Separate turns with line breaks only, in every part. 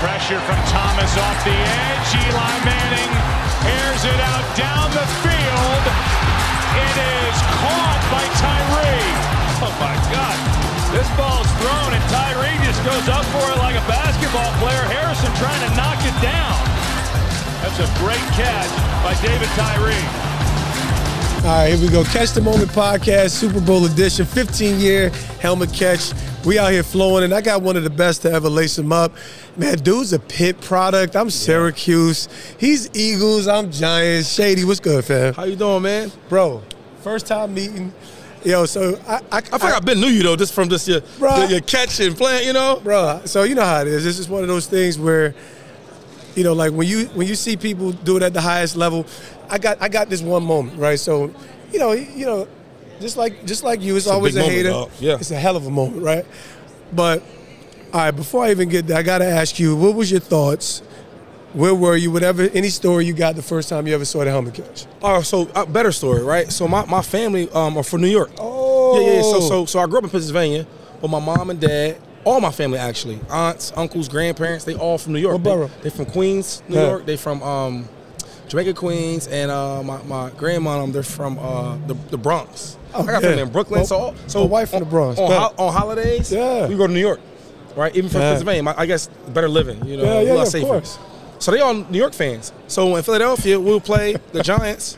Pressure from Thomas off the edge. Eli Manning airs it out down the field. It is caught by Tyree.
Oh my God. This ball's thrown and Tyree just goes up for it like a basketball player. Harrison trying to knock it down. That's a great catch by David Tyree.
All right, here we go. Catch the Moment podcast, Super Bowl edition, 15 year helmet catch. We out here flowing, and I got one of the best to ever lace him up. Man, dude's a pit product. I'm Syracuse. He's Eagles. I'm Giants. Shady, what's good, fam?
How you doing, man?
Bro, first time meeting. Yo, so I, I, I
I think I, have been knew you though, just from just your
Bruh.
your, your catch and playing, you know.
bro. So you know how it is. This is one of those things where, you know, like when you when you see people do it at the highest level, I got I got this one moment, right? So, you know, you know, just like just like you, it's, always a,
big moment,
hater.
dog. Yeah.
it's a hell of a moment, right? But all right, before I even get there, I gotta ask you, what was your thoughts? Where were you? Whatever, any story you got the first time you ever saw the helmet catch?
Oh, so uh, better story, right? So my, my family um, are from New York.
Oh.
yeah, yeah. So so so I grew up in Pennsylvania with my mom and dad. All my family actually, aunts, uncles, grandparents, they all from New York.
What borough?
They, they from Queens, New
Yeah.
York. They from um, Jamaica, Queens, and uh, my my grandma, um, they're from uh, the, the Bronx.
Oh,
I got
yeah.
family in Brooklyn. so all- so
My wife from
on-
the Bronx,
On,
yeah.
ho- on holidays,
Yeah.
we go to New York, right? Even from
Yeah.
Pennsylvania, my- I guess better living, you know,
Yeah,
a
yeah,
lot
yeah, of
safer.
course.
So they all New York fans. So in Philadelphia, we'll play the Giants.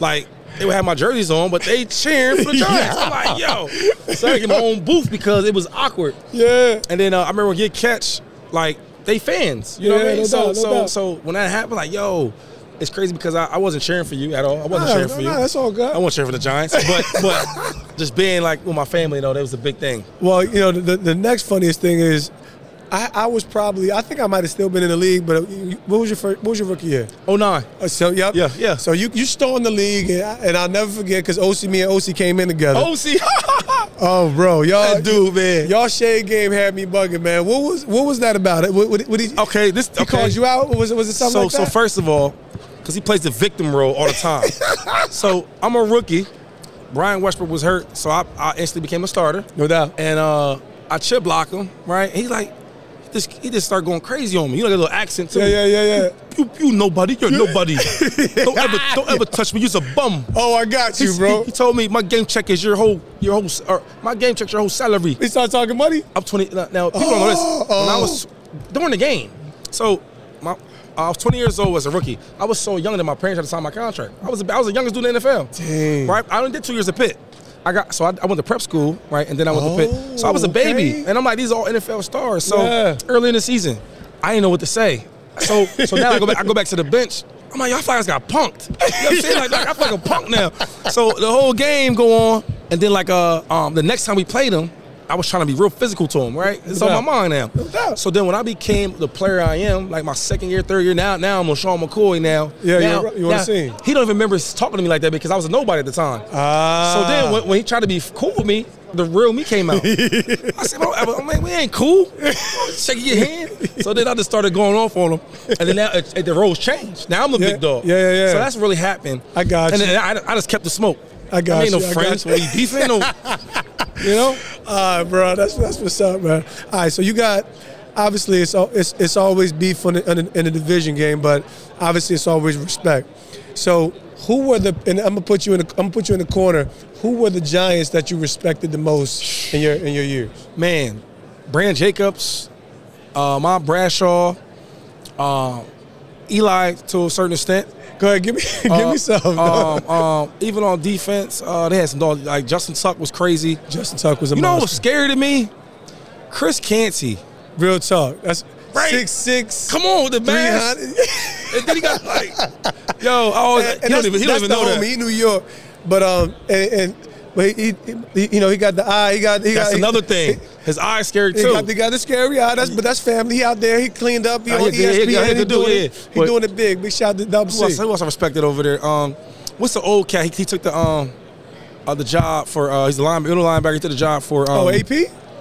Like they would have my jerseys on, but they cheering for the Giants. I'm like, yo. So I get my own booth because it was awkward.
Yeah.
And then uh, I remember when you get catch, like they fans. You know what
Yeah,
I mean?
no
so
doubt, no
so
doubt.
so when that happened, like, yo, it's crazy because I, I wasn't cheering for you at all. I wasn't
Nah,
cheering for
nah,
you.
nah, that's all good.
I wasn't cheering for the Giants. But but just being like with my family though, that was a big thing.
Well, you know, the, the next funniest thing is, I, I was probably, I think I might have still been in the league, but uh, you- what was your first, what was your rookie year?
Oh nine.
Uh, So, yep.
Yeah, yeah.
So you you still in the league, and, I, and I'll never forget because OC, me and OC came in together.
Oh see
Oh, bro, y'all,
That dude, man.
y'all shade game had me bugging, man. What was what was that about? What, what, what did he,
Okay, this
he
okay.
called you out? Was it was it something
so,
like
so
that?
first of all, because he plays the victim role all the time. so I'm a rookie. Brian Westbrook was hurt, so I, I instantly became a starter.
no doubt.
And uh, I chip block him, right? He like, just, he just started going crazy on me. You know, that little accent too.
Yeah, yeah, yeah, yeah.
You, you nobody. You're nobody. don't ever, don't ever touch me. You're a bum.
Oh, I got you,
He-
bro.
He, told me my game check is your whole, your whole, s- or my game check's your whole salary.
We started talking money.
I'm 20. Now, now, people don't know this.
Oh,
When I
oh.
was during the game, so my, I was 20 years old as a rookie. I was so young that my parents had to sign my contract. I was the- I was the youngest dude in the NFL.
Dang.
Right? I only did two years of Pitt. I got so I, I went to prep school, right, and then I went to Pitt. So I was a
Oh,
baby,
okay.
and I'm like, these are all NFL stars. So
Yeah.
early in the season, I didn't know what to say. So so now I go back, I go back to the bench. I'm like, y'all flyers got punked. You know what I'm saying? Like, like, I feel like a punk now. So the whole game go on, and then like uh um the next time we played them, I was trying to be real physical to him, right? It's on
doubt.
my mind now.
doubt.
So then when I became the player I am, like my second year, third year now, now I'm on Sean McCoy now.
Yeah,
now,
you're- you're on the
now,
scene.
He don't even remember talking to me like that because I was a nobody at the time.
Ah.
So then when, when he tried to be cool with me, the real me came out. I said, "Bro, I'm like, we ain't cool. Shaking your hand. So then I just started going off on him. And then now it, it- the roles changed. Now I'm a
Yeah,
big dog.
yeah, yeah, yeah.
So that's really happened.
I got
and
you.
then I, I just kept the smoke.
I got
I ain't
you,
no
I
friends.
got
We
you.
beefing. No, you know?
All right, Ah, bro. That's that's what's up, man. All right, so you got obviously it's al- it's it's always beef in the, in the division game, but obviously it's always respect. So who were the and I'm gonna put you in the, I'm gonna put you in the corner. Who were the Giants that you respected the most in your in your years?
man, Brandon Jacobs, uh, Mom Bradshaw, uh, Eli to a certain extent.
Go ahead, give me give
Uh,
me some.
um, um, even on defense, uh, they had some dogs. Like Justin Tuck was crazy.
Justin Tuck was a
You know what was
monster.
scary to me? Chris Canty.
Real talk. That's
Right.
six six.
Come on with the mask. And then he got like, yo, I always,
and
he
that's,
don't even, he don't
that's the
even know that.
homie. He New York, but um, and, and but he, he, you know, he got the eye. He got he
That's
got,
another thing. His eyes scary
He
too.
got, he got the scary eye. That's but that's family. He out there. He cleaned up. He
Oh,
on E
yeah, yeah,
ESPN.
yeah, he
he
could do
doing
it,
it. He
but-
doing it big. Big shout out to Double
who, else,
C.
who else I respected over there? Um, what's the old cat? He, he took the um, uh, the job for uh, he's the line, middle linebacker. He took the job for
Oh,
um,
AP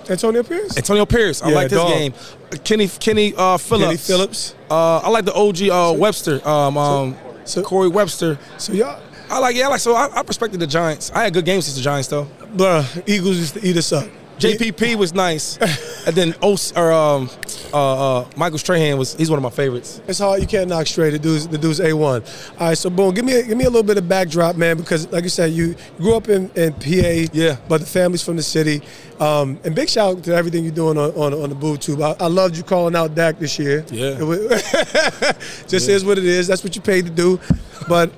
Antonio Pierce.
Antonio Pierce. I
Yeah,
like this
dog.
game. Uh, Kenny Kenny uh, Phillips.
Kenny Phillips.
Uh, I like the OG uh, Webster. Um, um,
so-
Corey Webster.
So y'all,
I like yeah. I like so I, I respected the Giants. I had good games since the Giants though.
bruh, Eagles used to eat us up.
JPP was nice, and then o- or um, uh, uh, Michael Strahan was he's one of my favorites.
It's hard. You can't knock straight. The dude's the dude's a one. All right, so boom. Give me a, give me a little bit of backdrop, man, because like you said, you grew up in, in PA.
Yeah.
But the family's from the city. Um, and big shout out to everything you're doing on on, on the Boo Tube. I, I loved you calling out Dak this year.
Yeah.
It wa- just is what it is. That's what you paid to do. But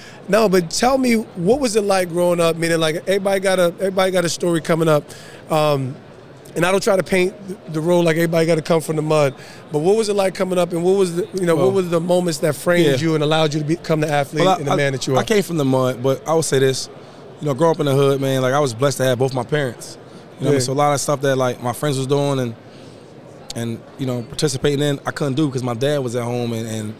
no, but tell me what was it like growing up? Meaning like everybody got a everybody got a story coming up. Um, and I don't try to paint the role like everybody got to come from the mud. But what was it like coming up, and what was the, you know
Well,
what were the moments that framed
yeah.
you and allowed you to become the athlete
Well,
and the man that you are?
I came from the mud, but I would say this, you know, growing up in the hood, man, like I was blessed to have both my parents. You know, what I mean?
Yeah.
so a lot of stuff that like my friends was doing and and you know participating in, I couldn't do because my dad was at home and and,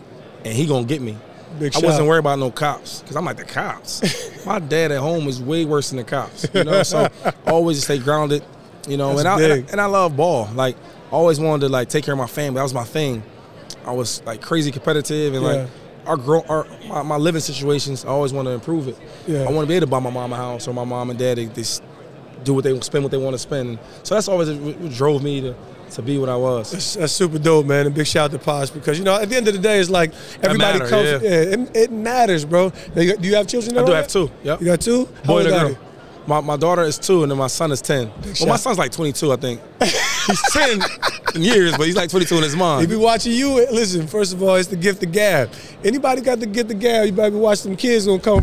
and he gonna get me.
Big
I
shout.
wasn't worried about no cops because I'm like the cops. my dad at home is way worse than the cops. You know, so I always stay grounded. You know,
That's
and I, and I
big.
and I love ball. Like I always wanted to like take care of my family. That was my thing. I was like crazy competitive and
Yeah.
like our grow our my, my living situations. I always want to improve it.
Yeah.
I want to be able to buy my mom a house or my mom and dad. They, they s- do what they spend what they want to spend. So that's always what what drove me to to be what I was.
That's, that's super dope, man. And big shout out to Posh because you know at the end of the day, it's like everybody
matter,
comes.
yeah.
it, it matters, bro. Now, you got- do you have children?
I do
already?
have two. Yep.
You got two? How
boy
old
and a
are
girl.
they?
My, my daughter is two, and then my son is ten. Well, my
shot.
son's like twenty two, I think. he's ten in years, but he's like twenty two in his
If
mind.
you watching you, eh, listen. First of all, it's the gift of gab. Anybody got the gift of gab? You better be watching them kids gonna come,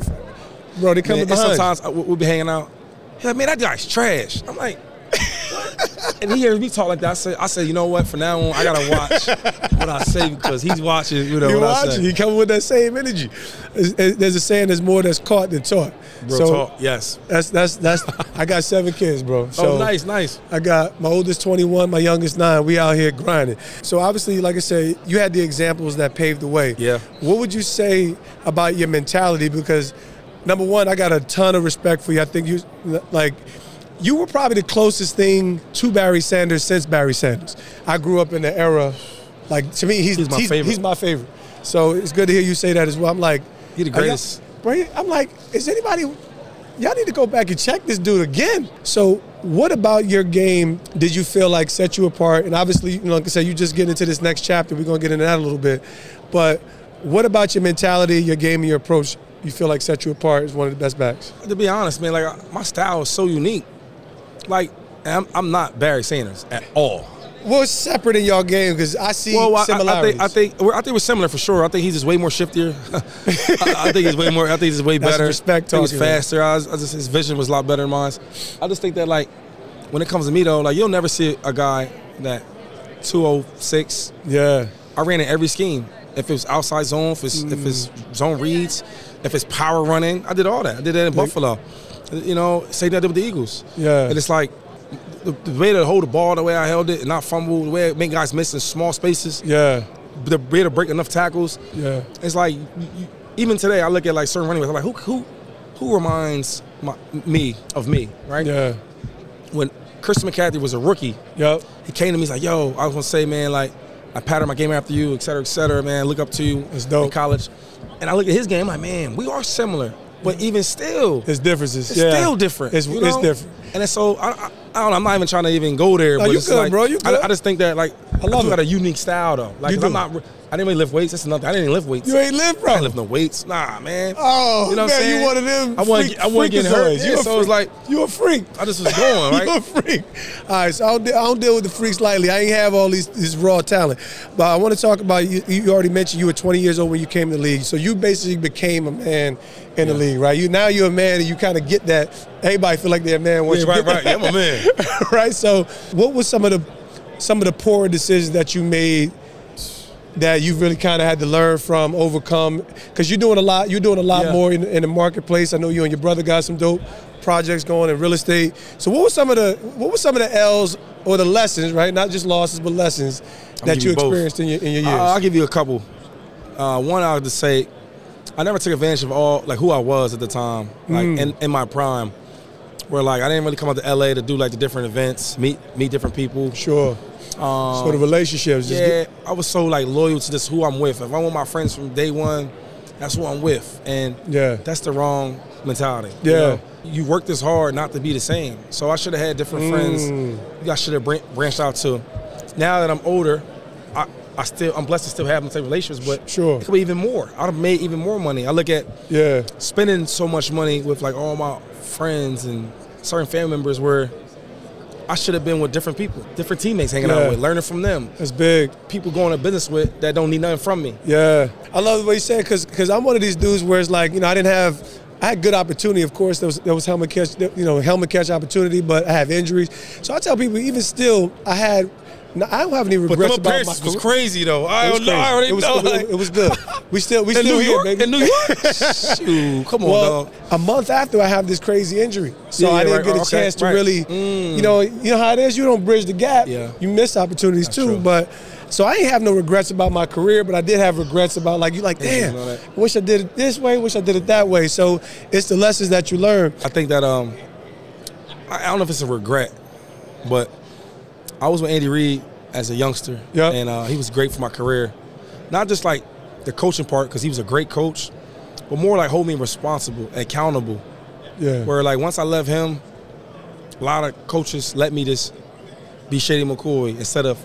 bro. They coming
Man,
behind.
and
you.
sometimes I- we- we'll be hanging out. He's like, man, that guy's trash. I'm like, what? and he hears me talk like that. I said, I said, you know what? From now on, I gotta watch what I say because he's watching. You know
You're
what I
watching.
say.
You coming with that same energy. There's- There's a saying: "There's more that's caught than taught."
Real
so
talk. Yes.
that's that's that's. I got seven kids, bro. So
oh, nice, nice.
I got my oldest 21, my youngest nine. We out here grinding. So obviously, like I said, you had the examples that paved the way.
Yeah.
What would you say about your mentality? Because number one, I got a ton of respect for you. I think you like you were probably the closest thing to Barry Sanders since Barry Sanders. I grew up in the era, like to me, he's
He's my
he's,
favorite.
he's my favorite. So it's good to hear you say that as well. I'm like,
He the
are y'all-
greatest.
Bro, I'm like, is anybody y'all need to go back and check this dude again. So, what about your game did you feel like set you apart? And obviously, you know, like I said, you just get into this next chapter. We're gonna get into that a little bit, but what about your mentality, your game, and your approach? You feel like set you apart as one of the best backs.
To be honest, man, like I- my style is so unique. Like, and I'm, I'm not Barry Sanders at all.
What's separate in your game? Because I see
Well, I, I- I
similarities.
think I think we're, I think we're similar for sure. I think he's just way more shiftier. I, I think he's way more. I think he's way
That's
better.
respect
I think he's
talking.
faster. I, was- I just, his vision was a lot better than mine. I just think that like when it comes to me though, like you'll never see a guy that 206.
yeah,
I ran in every scheme. If it's outside zone, if it's if it's
Mm.
zone reads, if it's power running, I did all that. I did that in Buffalo. You know, same thing I did with the Eagles.
Yeah.
and it's like. The, the way to hold the ball, the way I held it, and not fumble, the way I make guys miss in small spaces
yeah,
to be able to break enough tackles.
yeah.
It's like you, you- even today, I look at like certain running backs. I'm like, who who who reminds my, me of me, right?
Yeah.
When Chris McCaffrey was a rookie,
Yep.
he came to me. He's like, "Yo, I was gonna say, man, like I patterned my game after you, et cetera, et cetera, man. Look up to you
That's dope.
in college." And I look at his game, like, man, we are similar, but even still,
It's differences.
it's
yeah.
still different.
It's,
you
it's
know?
different.
And it's so I, I, I don't know. I'm not even trying to even go there.
No,
but
you
it's
good,
like,
bro, you
I,
good.
I just think that like I
love
do
it.
got a unique style though. Like
You
'cause I'm
do.
not. re- I didn't really lift weights. That's nothing. I didn't even lift weights.
You ain't live,
I
bro.
didn't lift no weights. Nah, man.
Oh, man, you one of them
I wasn't.
freak-
I wasn't getting hurt.
freakazoids.
Yeah,
You a
so it was like
freak. You a freak.
I just was going
You a
right.
freak. All right, so I don't, de- I don't deal with the freaks lightly. I ain't have all these this raw talent, but I want to talk about you. You already mentioned you were 20 years old when you came to the league, so you basically became a man in the league, right? You now you're a man, and you kind of get that. Everybody feel like they're a man once
Yeah,
you
right,
get
right. Yeah, I'm a man. Uh,
that, right? So, what was some of the some of the poor decisions that you made? That you really kind of had to learn from, overcome, because you're doing a lot. You're doing a lot
Yeah.
more in, in the marketplace. I know you and your brother got some dope projects going in real estate. So, what were some of the what were some of the L's or the lessons, right? Not just losses, but lessons that
give
you
you both.
experienced in your in your years.
Uh, I'll give you a couple. Uh, one, I would just say, I never took advantage of all like who I was at the time, like
Mm.
in, in my prime, where like I didn't really come out to LA to do like the different events, meet meet different people.
sure.
Um,
so the relationships, just
Yeah, I was so like loyal to just who I'm with. If I'm with my friends from day one, that's who I'm with. And
Yeah.
that's the wrong mentality.
Yeah.
You, know? You work this hard not to be the same. So I should have had different
Mm.
friends. I should have bran- branched out to. Now that I'm older, I, I still I'm blessed to still have the same relationships, but
Sure.
it could be even more. I'd have made even more money. I look at
Yeah.
spending so much money with like all my friends and certain family members where I should have been with different people, different teammates hanging
Yeah.
out with, learning from them,
That's big.
people going to business with that don't need nothing from me.
Yeah, I love what you said because because I'm one of these dudes where it's like you know I didn't have I had good opportunity of course there was there was helmet catch you know helmet catch opportunity but I have injuries so I tell people even still I had no, I don't have any
But
regrets
them
about my
appearances was crazy though. I
It was
don't know. I
crazy.
already
It was-
know.
it was-
like-
it was good. We still we
in
still
New
here
York,
baby.
in New York. Shoot, come on,
Well,
dog.
a month after I have this crazy injury, so
Yeah,
I
yeah,
didn't
right,
get a
okay,
chance to
right. Mm.
really, you know, you know how it is. You don't bridge the gap,
Yeah.
you miss opportunities too.
true.
But so I ain't have no regrets about my career, but I did have regrets about like you, like
you
damn,
know that.
I wish I did it this way, wish I did it that way. So it's the lessons that you learn.
I think that um, I, I don't know if it's a regret, but I was with Andy Reid as a youngster,
Yeah.
and uh, he was great for my career. Not just like the coaching part, because he was a great coach, but more like hold me responsible, and accountable.
Yeah,
Where like once I left him, a lot of coaches let me just be Shady McCoy instead of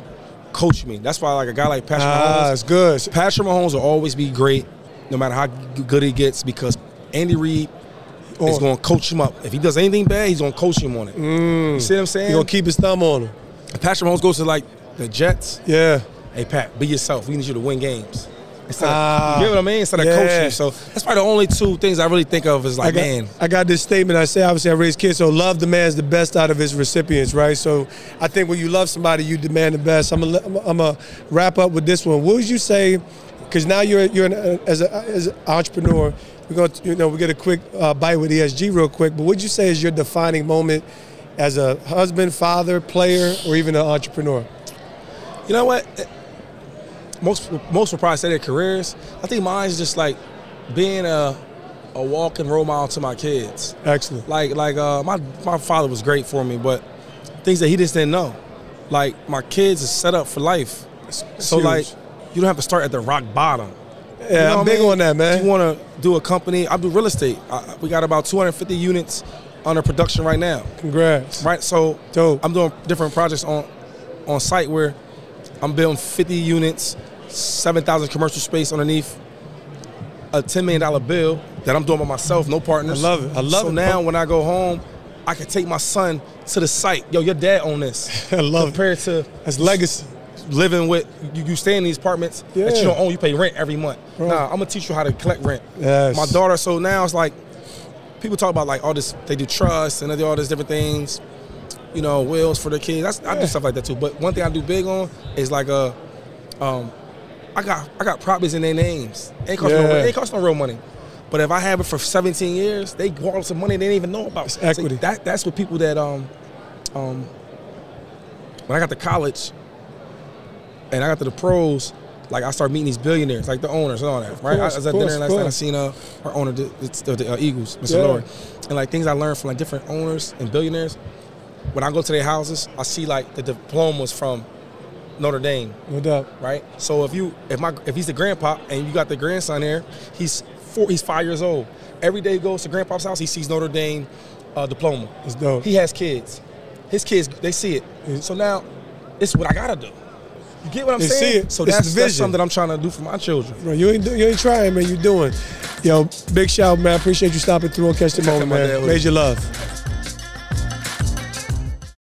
coach me. That's why like a guy like Patrick
ah,
Mahomes,
it's good.
Patrick Mahomes will always be great, no matter how g- good he gets, because Andy Reid is
On.
going to coach him up. If he does anything bad, he's going to coach him on it. You see what I'm saying?
You Mm. gonna keep his thumb on him.
Patrick Mahomes goes to like the Jets.
Yeah,
Hey Pat, be yourself. We need you to win games. Instead of,
Ah,
you get what I mean? Instead of
yeah.
coaching. So that's probably the only two things I really think of is
I
like,
got,
man,
I got this statement. I say, obviously, I raise kids, so love demands the best out of its recipients, right? So I think when you love somebody, you demand the best. I'm gonna, I'm gonna- I'm gonna wrap up with this one. What would you say? Because now you're you're an, uh, as a, as an entrepreneur, we're going to you know we get a quick uh, bite with ESG real quick. But what would you say is your defining moment as a husband, father, player, or even an entrepreneur?
you know what? Eh, Most most will probably say their careers. I think mine's just like being a a walking role model to my kids.
Excellent.
Like like uh, my my father was great for me, but things that he just didn't know. Like my kids are set up for life. So
huge.
like you don't have to start at the rock bottom.
Yeah,
You know
I'm
what I
big
mean?
on that,
If
man.
you want to do a company, I do real estate. I, we got about 250 units under production right now.
Congrats.
Right, so
Dope.
I'm doing different projects on on site where I'm building 50 units, 7,000 commercial space underneath a 10 million dollar bill that I'm doing by myself, no partners.
I love it. I love
so
it.
now when I go home, I can take my son to the site. Yo, your dad owned this.
I love it.
compared to
That's legacy.
living with you, you stay in these apartments that
Yeah.
you don't own. You pay rent every month.
Right.
Nah, I'm gonna teach you how to collect rent.
Yes.
My daughter. So now it's like people talk about like all this. They do trust and they do all these different things. You know, wills for the kids. That's, I do stuff like that too. But one thing I do big on is like uh, um, I got I got properties in their names. Ain't cost no
Yeah.
it ain't cost no real money. But if I have it for 17 years, they want some money they didn't even know about.
It's equity.
See, that that's what people that um um when I got to college and I got to the pros, like I started meeting these billionaires, like the owners and all that, right?
course,
I was at
of course,
dinner
of
last night. I
course.
seen uh, our owner, the, the, the uh, Eagles, Mr.
Yeah.
Lord, and like things I learned from like different owners and billionaires. When I go to their houses, I see like the diplomas from Notre Dame,
No doubt.
right? So if you if my if he's the grandpa and you got the grandson there, he's four, he's five years old. Every day he goes to grandpa's house, he sees Notre Dame uh, diploma.
It's dope.
He has kids. His kids, they see it. So now, it's what I gotta do. You get what I'm
They see
saying?
it.
So
It's
that's,
the
that's
vision.
something that I'm trying to do for my children.
Bro, you ain't do- you ain't trying, man. You doing. Yo, big shout, man. Appreciate you stopping through on Catch the Moment,
My dad
man.
was-
Major love.